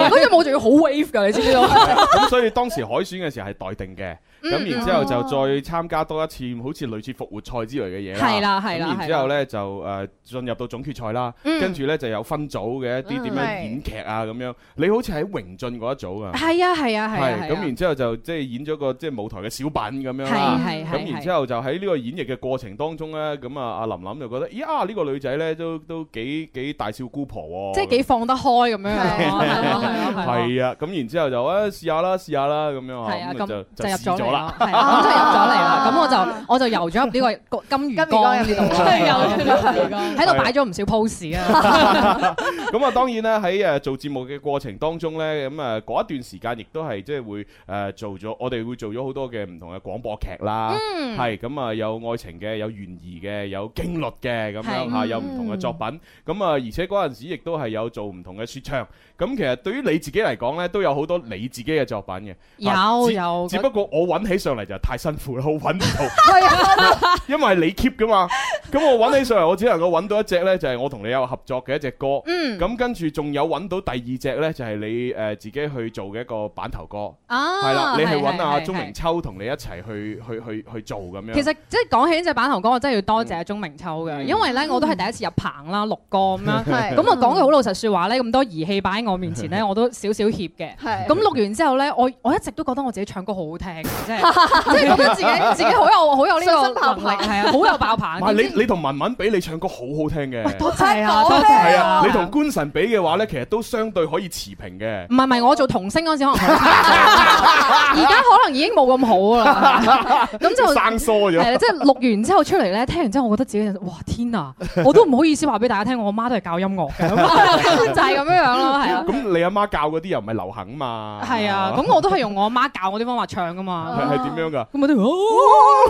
嗰隻舞仲要好 wave 㗎，你知唔知道？
咁所以當時海選嘅時候係待定嘅，
嗯
咁然之後就再參加多一次，好似類似復活賽之類嘅嘢啦。
係啦係啦
咁然之後咧就誒進入到總決賽啦，
嗯
跟住咧就有分組嘅一啲點
嗯
樣
係
演劇啊咁樣。你好似喺榮進嗰一組啊。
係啊係啊係啊
係，咁然之後就即係演咗個即係舞台嘅小品咁樣啦。
係係係
咁然之後就喺呢個演繹嘅過程當中咧，咁啊阿林琳就覺得，咦啊呢個女仔咧都都幾幾大笑姑婆喎，
即係啊幾放得開咁樣樣
係
咯，係咯係咯係咯。
係啊，咁然之後就啊試下啦，試下啦咁樣啊，
係啊，
咁
咁
就
就入
試
咗
咗
嚟
啦。
啦，係啊咁就入咗嚟啦。咁我就我就游咗入呢個金
金
魚
魚缸
缸
入
呢
邊
度啦，喺度擺咗唔少 pose 啊。
咁啊當然咧喺誒做節目嘅過程當中咧，咁啊嗰一段時間亦都係即係會誒做咗，我哋會做咗好多嘅唔同嘅廣播劇啦，
嗯
係咁啊有愛情嘅，有懸疑嘅，有驚慄嘅咁樣
係嗯
嚇，有唔同嘅作品。咁啊而且嗰陣時亦都係有做唔同嘅説唱。咁其實對於你自己嚟講咧，都有好多你自己嘅作品嘅。 啊
有
只
有
只不過我揾起上嚟就太辛苦啦，我揾 唔到。
係啊，
因為係你 keep 噶嘛，咁我揾起上嚟，我只能夠揾到一隻呢，就係我同你有合作嘅一隻歌。
嗯
咁跟住仲有揾到第二隻呢，就係你誒自己去做嘅一個版頭歌，
啊，
係啦，你係
係
揾阿
係
鍾明
係
秋同你一齊去去去去做咁樣。
其實即係講起呢隻版頭歌，我真係要多謝鐘明秋嘅，
嗯
因為咧我都係第一次入棚啦，錄歌咁樣。
係
咁我講句好老實説話咧，咁多儀器擺喺我面前咧，我都少少怯嘅。
係
咁錄完之後咧，我我一直都覺得我自己唱歌好好聽嘅，即係即係覺得自己自己好有好有呢
信心
個
爆棚
能力，係啊，好有爆
唔
棚。
係你你同文文比，你唱歌好好聽嘅。
多謝啊，
我
多
真係講
謝
係
啊
啊，，你同官神比嘅話呢，其實都相對可以持平嘅。
唔係唔係，我做童星嗰陣時 可能好而家可能已經冇咁好啦。咁就
生疏咗。
係啦，即係錄完之後出嚟咧，聽完之後，我覺得自己哇天啊， 我都唔好意思話俾大家聽，我阿媽都係教音樂嘅， 就係咁樣樣咯，係 啊，
咁你阿媽教嗰啲又唔係流行嘛？
係啊，咁我都係用我阿媽教我啲方法唱噶嘛，
係係點樣㗎？
咁我都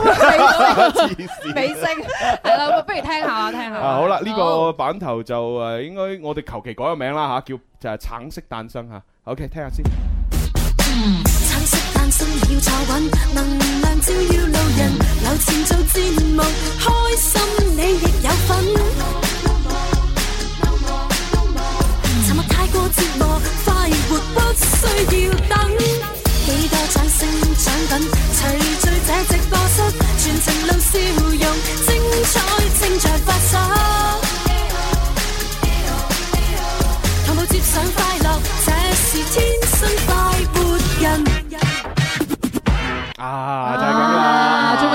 黐線
美聲
係啦，不如聽下啦，聽下
啊，好啦，呢個版頭就誒應該我哋求其改個名啦嚇，叫就係橙色誕生嚇。OK，聽下先。
橙色誕生要坐穩，能量照耀路人，有前做節目，開心你亦有份。沉默太過折磨，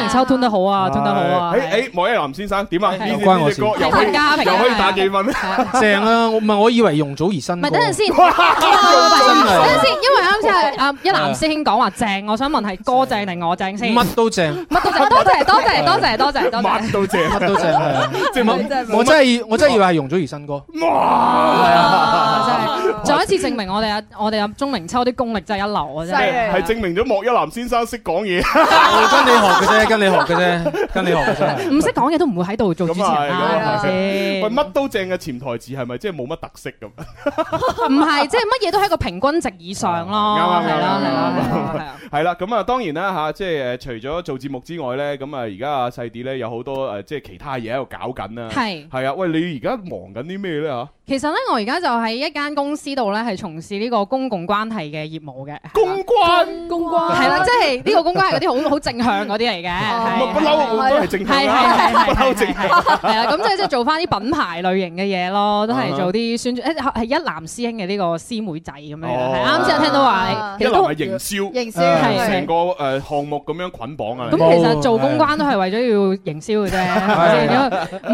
秋吞得好啊，吞得好啊。
誒誒，莫一林先生點啊？呢
又
呢
關我
呢隻
事
歌又可以
評價評價
又可以打幾分咧？
正啊！我唔係我以為容祖兒新
唔
歌
係，等陣 先，
哇
等
係
陣先，因為啱先係啊一男師兄講話正，我想問係歌正定我正先？
乜都正，
乜都正，多謝多謝多謝多謝多謝
乜。都正，
乜都正係啊。
即係冇
Dạ vâng.
我真係我真係以為係容祖兒新歌，
Ờ, dạ vâng.
哇！真係再一次證明我哋啊，我哋啊鐘明秋啲功力真係一流啊！真
犀
係
利。
係證明咗莫一林先生識講嘢。
我跟你學 嘅啫，跟你學嘅啫，跟你學嘅啫。
唔識講嘢都唔會喺度做主持人啦，係咪
啊喂，
先？
乜都正嘅潛台詞係咪即係冇乜特色咁？
唔係，即係乜嘢都喺個平均值以上咯，
啱啊啱啱
係啦，係啦，
啱啱
係啦。
係啦，咁啊當然啦吓，即係誒除咗做節目之外咧，咁啊而家阿細啲咧有好多誒即係其他嘢喺度搞緊啦。
係
係啊，喂，你而家忙緊啲咩咧吓？
其實咧，我而家就喺一間公司度咧，係從事呢個公共關係嘅業務嘅。
公關
公關
係啦，即係呢個公關係嗰啲好好正向嗰啲嚟嘅，
唔係
係
不嬲，我都係 正向
係係
啦，
係係
不嬲正
係
向。
係啦，咁即係即係做翻啲品牌類型嘅嘢咯，都係做啲宣傳，誒係一男師兄嘅呢個師妹仔咁樣，
哦
係啱先聽到話，
一
其實
嚟係
都
營銷，
營銷
係
成
係
個誒項目咁樣捆綁啊
咁。其實做公關都係為咗要營銷嘅啫，係咪先因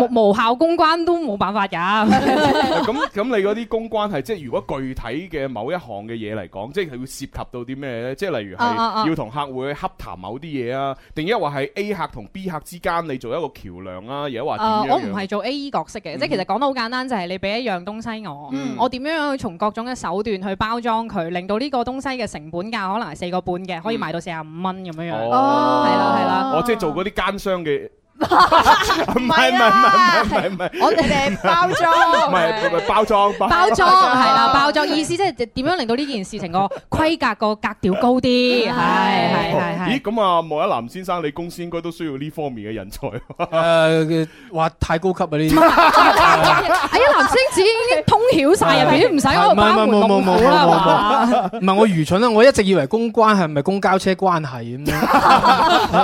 為無無效公關都冇辦法 㗎。
咁咁你嗰啲公關係即係如果具體嘅某一項嘅嘢嚟講，即係佢會涉及到啲咩咧？即係例如
啊啊
係
啊
要同客戶去洽談某啲嘢啊，定抑或係 A 客同 B 客之間你做一個橋梁啊，又或者
誒，
點樣樣？
我唔係做 A.E. 角色嘅，即係其實講得好簡單，就係你俾一樣東西我，我點樣樣去從各種嘅手段去包裝佢，令到呢個東西嘅成本價可能係四個半嘅，可以賣到四十五蚊咁樣樣。
哦，
係啦係啦
我即係做嗰啲奸 商嘅。唔係唔係唔係唔係唔係
我哋包
唔
裝，
係唔係哦包裝包
啊包裝係啦，包裝意思即係點樣令到呢件事情個規格個格調高啲，係係係
咦
係。
咁啊，莫一南先生，你公司應該都需要呢方面嘅人才。
誒，呃話太高級啊呢啲。
哎呀，藍星子已經通曉晒入邊，唔使我班門弄斧啦係嘛。
唔係我愚蠢啦，啊我一直以為公關係咪公交車關係咁 樣？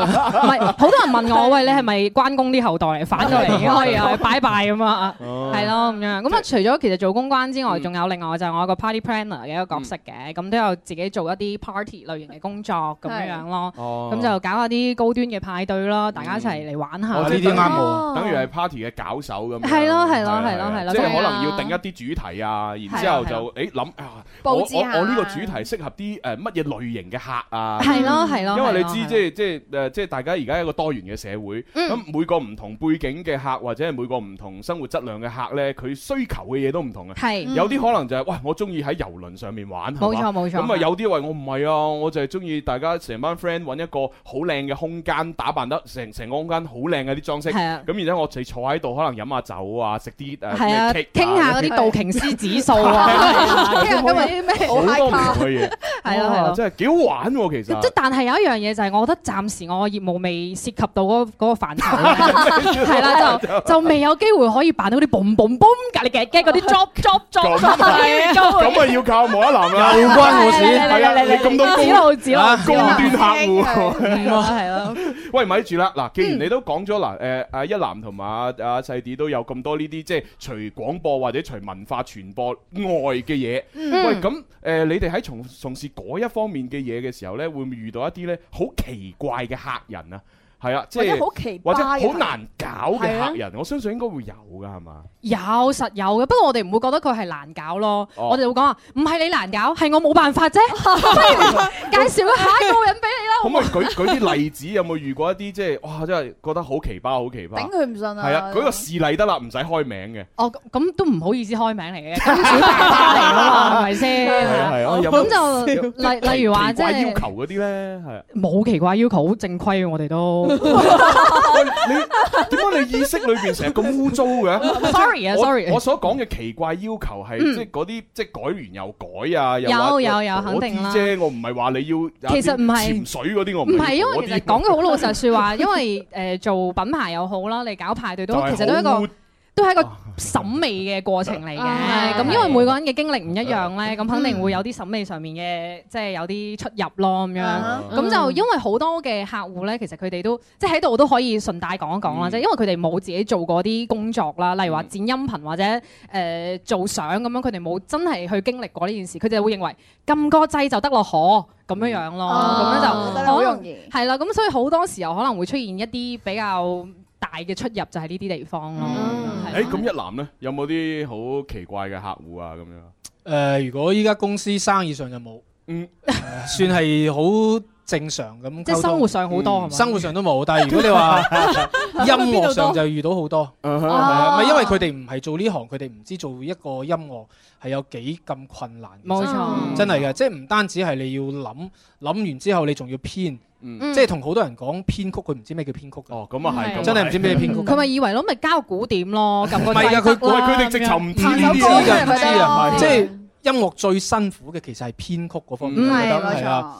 唔係，好多人問我，喂，你係咪關公啲後代嚟？反過嚟已經可以啊，拜拜咁啊，係咯咁樣。咁啊，除咗其實做公關之外，仲有另外就係我有個 party planner 嘅一個角色嘅，咁都有自己做一啲 party 類型嘅工作咁樣樣咯。
哦
咁就搞下啲高端嘅派對啦，大家一齊嚟玩下。
我呢
哦即
啲啱我。
等於係 party 嘅搞手咁樣。
哦係咯係咯
係
係咯
啊係啊
係咯
即係
對啊
可能要定一啲主題啊，然之後就誒諗啊，我我
佈置下
我呢個主題適合啲誒乜嘢類型嘅客啊？
係咯係咯，
因為你
係啊嗯咯
知即係即係誒，即係大家而家一個多元嘅社會，咁每個唔同背景嘅客或者係每個唔同生活質量嘅客呢，佢需求嘅嘢都唔同嘅。
係
有啲可能就係哇，我中意喺遊輪上面玩，
冇
係嘛
錯冇錯。
咁啊有啲話我唔係啊，我就係中意大家成班 friend 揾一個好靚嘅空間，打扮得成成個空間好靚嘅啲裝飾。
係啊
咁然之後我哋坐喺度，可能飲下酒啊，食啲誒
係啊，
咩 cake
傾下嗰啲道瓊斯指數 啊，
今日今日啲咩
好
好
多唔
high 卡
同嘅嘢，
係咯係
哇
咯。
真係幾好玩喎其
即
實。
但係有一樣嘢就係，我覺得暫時我嘅業務未涉及到嗰嗰個 範疇，係啦，就就未有機會可以辦到啲 boom boom boom 隔離嘅嘅嗰啲 job job job
咁啊
job
咁啊要靠莫一男啦，
又關我事
係啊，你咁多
指
高
路指路
啊
高端客戶。
係咯係咯，
喂，咪住啦！嗱，既
嗯
然你都講咗嗱，誒阿一男同埋阿阿細啲都有咁多呢啲，即係除廣播或者除文化傳播外嘅嘢。
嗯
喂，咁誒你哋喺從從事嗰一方面嘅嘢嘅時候呢，會唔會遇到一啲呢好奇怪嘅客人啊？係啊， 即
或者
係
好奇葩
或者
嘅
好難搞嘅
係啊
客人，我相信應該會有㗎，係嘛？
有實有嘅，不過我哋唔會覺得佢係難搞咯，
哦
我哋會講話唔係你難搞，係我冇辦法啫， 不如介紹下一個人俾你啦。
哦
可唔可以舉舉啲例子？有冇遇過一啲即係哇，真係覺得好奇葩，好
頂
奇葩？
佢唔順啊！
係啊，舉個事例得啦，唔使開名嘅。
哦，咁咁都唔好意思開名嚟嘅，咁主題家嚟啊嘛，係咪
係啊
先？
係啊，有冇
咁就
有
例例如話
奇
即
怪要
係
求嗰啲呢？係啊。
冇奇怪要求，好正規嘅我哋 都。
喂，你點解你意識裏邊成日咁污 糟嘅？
Sorry 啊
我
，sorry。
我所講嘅奇怪要求係即係嗰啲即係改完又改啊，又
有
話
有有
嗰啲
肯定啦
啫，我唔係話你要
其實唔係
潛水嗰啲，我
唔係，因為其實講
嘅
句好老實説話，因為誒做品牌又好啦，你搞派對都
就係
其實都一個
好
都係一個審美嘅過程嚟嘅。
啊
咁因為每個人嘅經歷唔一樣
嗯
咧，咁肯定會有啲審美上面嘅即係有啲出入咯咁樣。
啊哈
咁就因為好多嘅客户咧，其實佢哋都即係喺度我都可以順帶講一講啦，即係因為佢哋冇自己做過啲工作啦，例如
嗯
話剪音頻或者誒做相咁樣，佢哋冇真係去經歷過呢件事，佢哋會認為撳個掣就得咯，可咁樣樣咯，咁樣就
哦覺得好
可能
容易
係啦，咁所以好多時候可能會出現一啲比較大嘅出入，就係呢啲地方咯。啊
誒咁一男咧，有冇啲好奇怪嘅客户啊？咁樣
誒、呃如果依家公司生意上就冇，
嗯
呃算係好正常咁溝通。嗯
即係生活上好多係嘛
生活上都冇，但係如果你 話音樂上就遇到好多，
嗯
係
哼
啊咪因為佢哋唔係做呢行，佢哋唔知做一個音樂係有幾咁困難。
冇錯嗯
真係嘅，即係唔單止係你要諗，諗完之後你仲要編，
嗯
即係同好多人講編曲，佢唔知咩叫編曲。
哦，咁啊係咁啊係
真係唔知咩叫編曲。
佢咪嗯以為咯，咪交個古典咯，撳個
唔係㗎
掣
佢
得啦
喂佢哋直頭唔知
咁樣
呢
彈
知㗎，
啲
首歌出嚟佢
知
哋
啊，
咯
即係音樂最辛苦嘅其實係編曲嗰方面，
嗯
我覺得
係冇錯
係啊。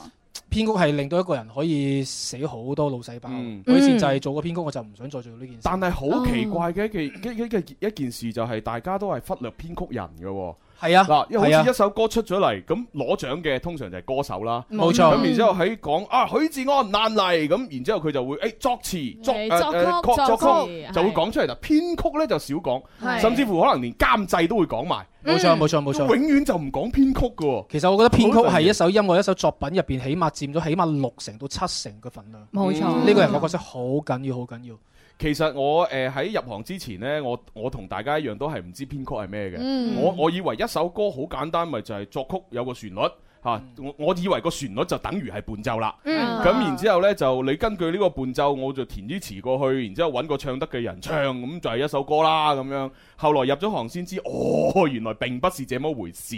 編曲係令到一個人可以死好多腦細胞。
嗯
我以前就係做過編曲，我就唔想再做呢件事。
但係好奇怪嘅一件一一一件事就係大家都係忽略編曲人嘅喎。
係啊，
嗱，因為
係
好
啊
似一首歌出咗嚟，咁攞獎嘅通常就係歌手啦。
冇錯
咁然之後喺講啊許志安爛例咁，然之後佢就會誒作詞作
誒
誒
作曲
誒曲
作
作曲
曲
就會講出嚟，但編曲咧就少講，
係
甚至乎可能連監製都會講埋。
冇錯
嗯
冇錯冇錯
都永遠就唔講編曲嘅喎。
其實我覺得編曲
好
係
得意
一首音樂、一首作品入邊，起碼佔咗起碼六成到七成嘅份量。
冇錯
呢個人嗯我覺得好緊要，好緊要。
其實我誒喺、入行之前呢，我我同大家一樣都係唔知編曲係咩嘅。
嗯
我我以為一首歌好簡單，咪就係、作曲有個旋律嚇、我我以為個旋律就等於係伴奏啦。咁、
嗯
然之後呢，就你根據呢個伴奏，我就填啲詞過去，然之後揾個唱得嘅人唱，咁就係一首歌啦咁樣。後來入咗行先知，哦，原來並不是這麼回事。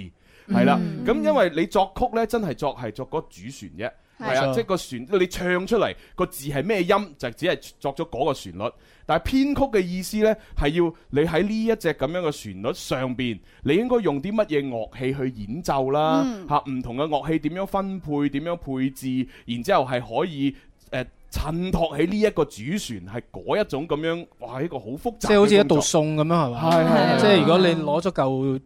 係啦，咁因為你作曲呢，真係作係作嗰主旋啫。係啊，
冇錯
即係個旋，你唱出嚟個字係咩音，就只係作咗嗰個旋律。但係編曲嘅意思呢，係要你喺呢一隻咁樣嘅旋律上邊，你應該用啲乜嘢樂器去演奏啦，嚇唔、同嘅樂器點樣分配，點樣配置，然之後係可以誒。呃襯托起呢一個主旋係嗰一種咁樣，哇！一個好複雜嘅工
即
作，
係好似一道餸咁樣係嘛？
係係係
即係如果你攞咗嚿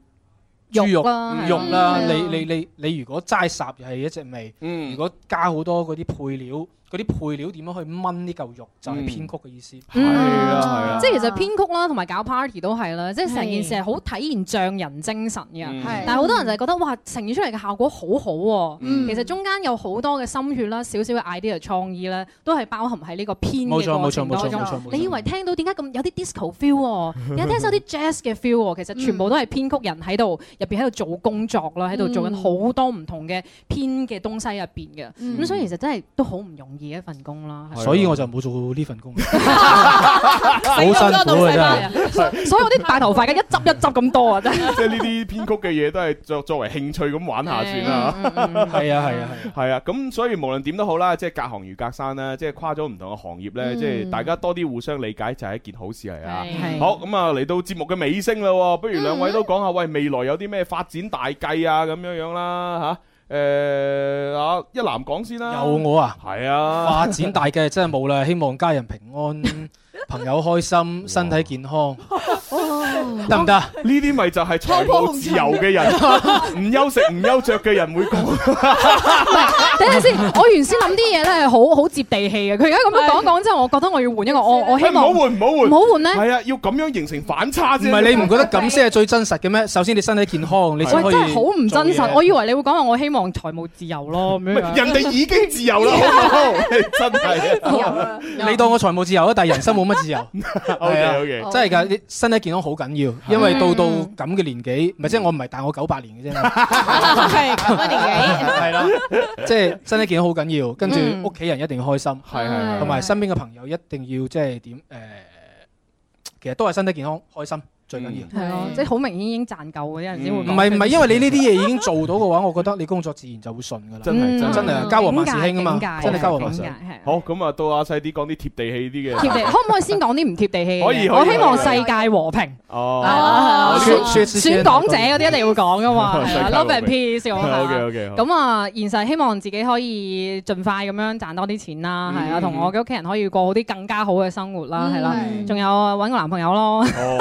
豬肉
肉啦係
肉啦，
嗯
你
係啊
你你你如果齋烚又係一隻味，
嗯
如果加好多嗰啲配料，嗰啲配料點樣去炆呢嚿肉，就
嗯
係編曲嘅意思。
係啊係啊，
即係其實編曲啦，同埋搞 party 都係啦，即係成件事係好體現匠人精神嘅。
嗯
但係好多人就係覺得哇，呈現出嚟嘅效果好好、喎。
嗯
其實中間有好多嘅心血啦，少少嘅 idea 創意咧，都係包含喺呢個編
冇
嘅
錯
過程
冇
當
錯冇錯冇錯
中
冇。錯
你以為聽到點解咁有啲 disco feel，喎有啲聽到啲 jazz 嘅 feel，喎其實全部都係編曲人喺度入邊喺度做工作
嗯
啦，喺度做緊好多唔同嘅編嘅東西入邊嘅。
嗯
咁所以其實真係都好唔容易嘅一份工啦。
所以我就冇做呢份工，
好
好辛苦啊真係。
所以我啲白頭髮嘅一執一執咁多啊，真係。
即係呢啲編曲嘅嘢都係作作為興趣咁玩
啊
下算啦。
嗯
係啊係啊
係啊，咁所以無論點都好啦，即係隔行如隔山啦，即係跨咗唔同嘅行業呢，
嗯
即係大家多啲互相理解就係一件好事嚟啊
係。
好，咁啊嚟到節目嘅尾聲啦喎，不如兩位都講下喂未來有啲咩發展大計啊咁樣樣啦吓，誒啊一男講先
嗯
啦，
有我啊，
係啊，
發展大計真係冇啦，希望家人平安，朋友開心，身體健康，得唔得？呢
啲咪就係財務自由嘅人， 唔休食唔休着嘅人會講。
等陣先，我原先諗啲嘢咧係好好接地氣嘅，佢而家咁樣講一講之後，我覺得我要換一個，我我希望
哎唔好換，唔好換，
唔好換咧。
係啊，要咁樣形成反差
唔
啫。
係你唔覺得咁先係最真實嘅咩？首先你身體健康，你先可
喂，
以
真係好唔真
做嘢
實，我以啊為你會講話我希望財務自由咯咁樣。
人哋已經自 由啦，好唔好？
啊
真係。啊
你當我財務自由啊，但係人生冇乜 自由。
OK，OK
哦
係啊真係㗎，你身體健康好緊要，因為
嗯
到到咁嘅年紀，唔係即係我唔係大我九八年 嘅啫，
係咁嘅年紀，
係啊啦，即係身體健康好緊要，跟住
嗯
屋企人一定要開心，
係係
同埋身邊嘅朋友一定要即係點誒，其實都係身體健康開心，最緊要。
嗯係咯，即係好明顯已經賺夠嗰啲人先會
唔
講。
係唔係，因為你呢啲嘢已經做到嘅話，我覺得你工作自然就會順㗎啦。嗯
真係
嗯
真係
真係，家和萬事興啊
境界
嘛，真係家和萬事
境
興
界。係
好，咁啊，到阿細啲講啲貼地氣啲嘅。
貼地，可唔可以先講啲唔貼地氣嘅嘢？
可以可以
我希望
可以
世界和平。
哦，
係啊
哦
係
呢個
啊選選港者嗰啲一定要講噶 嘛
世界
係啊，love and
和平
peace 咁啊
OK，OK，好
咁啊，現實希望自己可以盡快咁樣賺多啲錢啦，係啊，
嗯
同我嘅屋企人可以過好啲更加好嘅生活啦，係啦
嗯，
仲有揾個男朋友咯，
哦，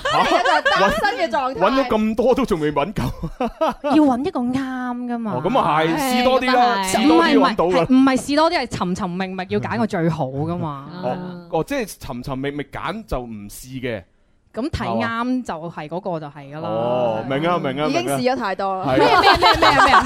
單身嘅狀
揾咗
態。
咁多都仲未揾夠，
要揾一個啱噶嘛
哦。咁啊係，試多啲啦，
唔
試多
係
啲
唔
揾
係
到啦
係。唔係試多啲係尋尋覓覓要揀個最好噶嘛，
哦，哦，即係尋尋覓覓揀就唔試嘅。
咁睇啱就係嗰個就係噶啦。嗯
哦，明啊明啊，
已經
明啊
試咗太多啦，
係啊
咩咩咩咩咩啊？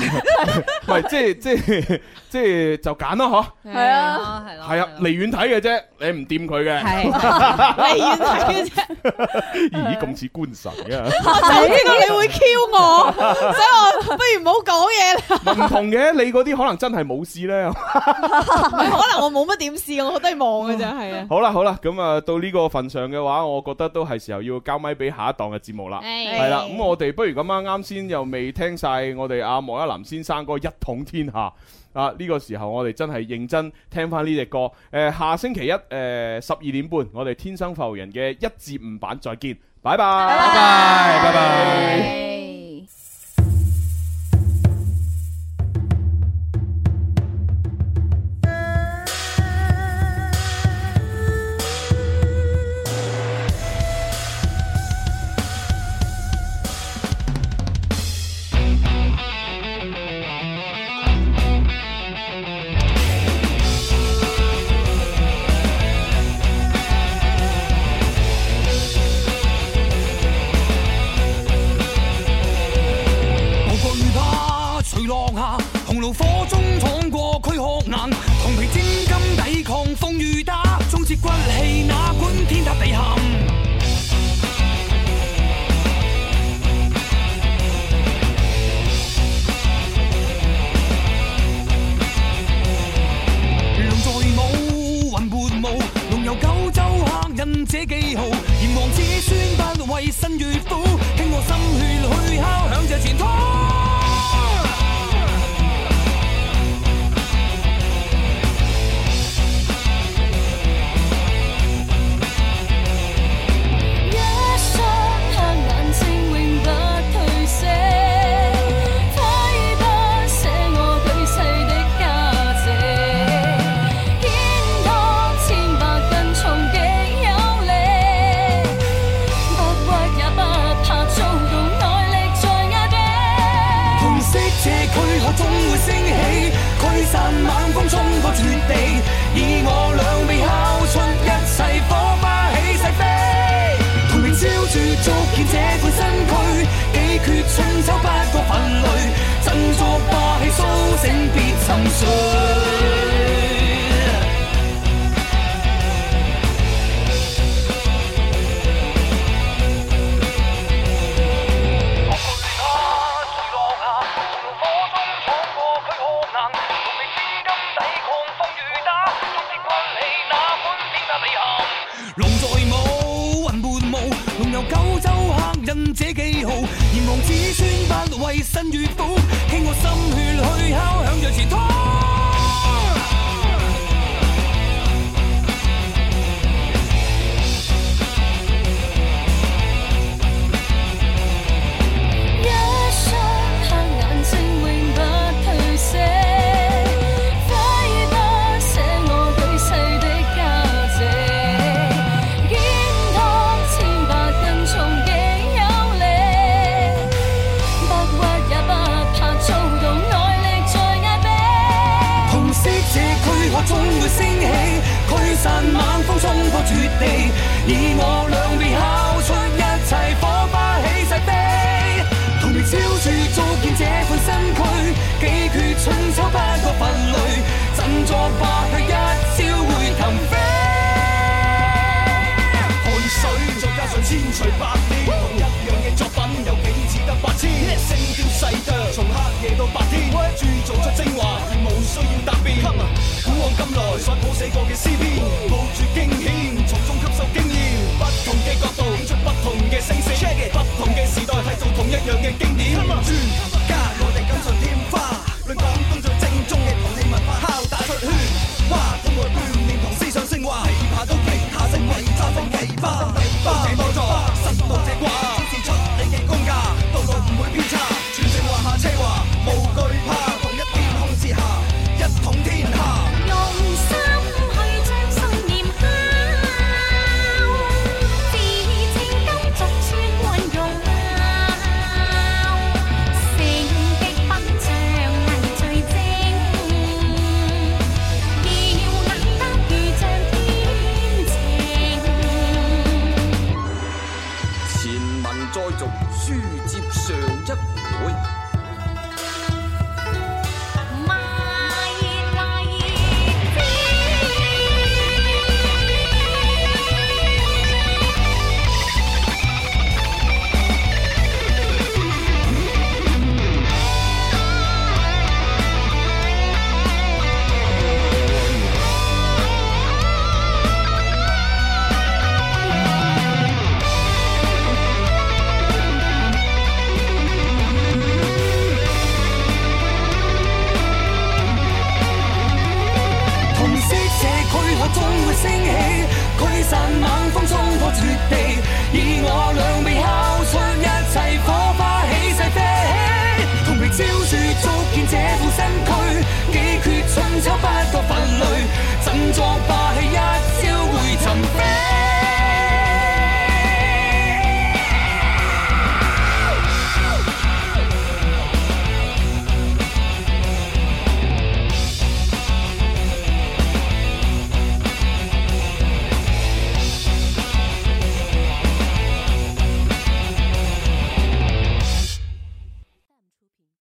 唔係即係即係 即係就揀啦嗬。
係啊，
係
係啊，離遠睇嘅啫，你唔掂佢嘅。
係啊
離遠睇嘅啫，
咦，咁似官神嘅。
我就知道你會 Q 我，所以我不如唔好講嘢啦。
唔同嘅，你嗰啲可能真係冇事咧。
可能我冇乜點試，我都係望嘅啫，係啊。
好啦好啦，咁啊到呢個份上嘅話，我覺得都係時候要交咪俾下一檔嘅節目啦。
係
係啦，咁我哋不如咁啊，啱先又未聽晒我哋阿莫一林先生嗰個一統天下。啊！呢、個時候我哋真係認真聽翻呢只歌。誒、呃下星期一誒呃十二點半，我哋天生浮人嘅一至五版再見，拜拜。
拜拜拜拜。
我國與他隨浪下，紅爐火中闖過軀殼硬，銅皮精金抵抗風雨打，忠節骨氣哪管天塌地陷。龍在舞，雲伴舞，龍遊九州客印這記號，炎黃子孫不畏身越苦，傾我心血去敲響這前通。
一雙黑眼睛永不褪色，揮不捨我對世的價值。肩扛千百斤重極有力，不屈也不怕遭到外力再壓迫。
紅色這軀殼終會升起，驅散猛風衝破絕地，以我兩臂敲出一切火花起勢飛。同明朝住逐見這副身軀，幾決春秋不過分類，振作霸氣甦醒別沉睡。龍在舞，雲伴舞，龍遊九州客印這記號，炎黃子孫不畏身與虎，傾我心血去敲響着前通。
一雙黑眼睛永不褪色，揮不捨我舉世的價值。肩扛千百斤重極有力，不屈也不怕遭到外力再壓迫。
紅色這軀殼終會升起，驅散猛風衝破絕地，以我兩臂敲出一切火花起勢飛。同年超住逐見這款身軀，幾決春秋不過分類，振作霸氣一朝會騰飛。汗水再加上千錘百煉，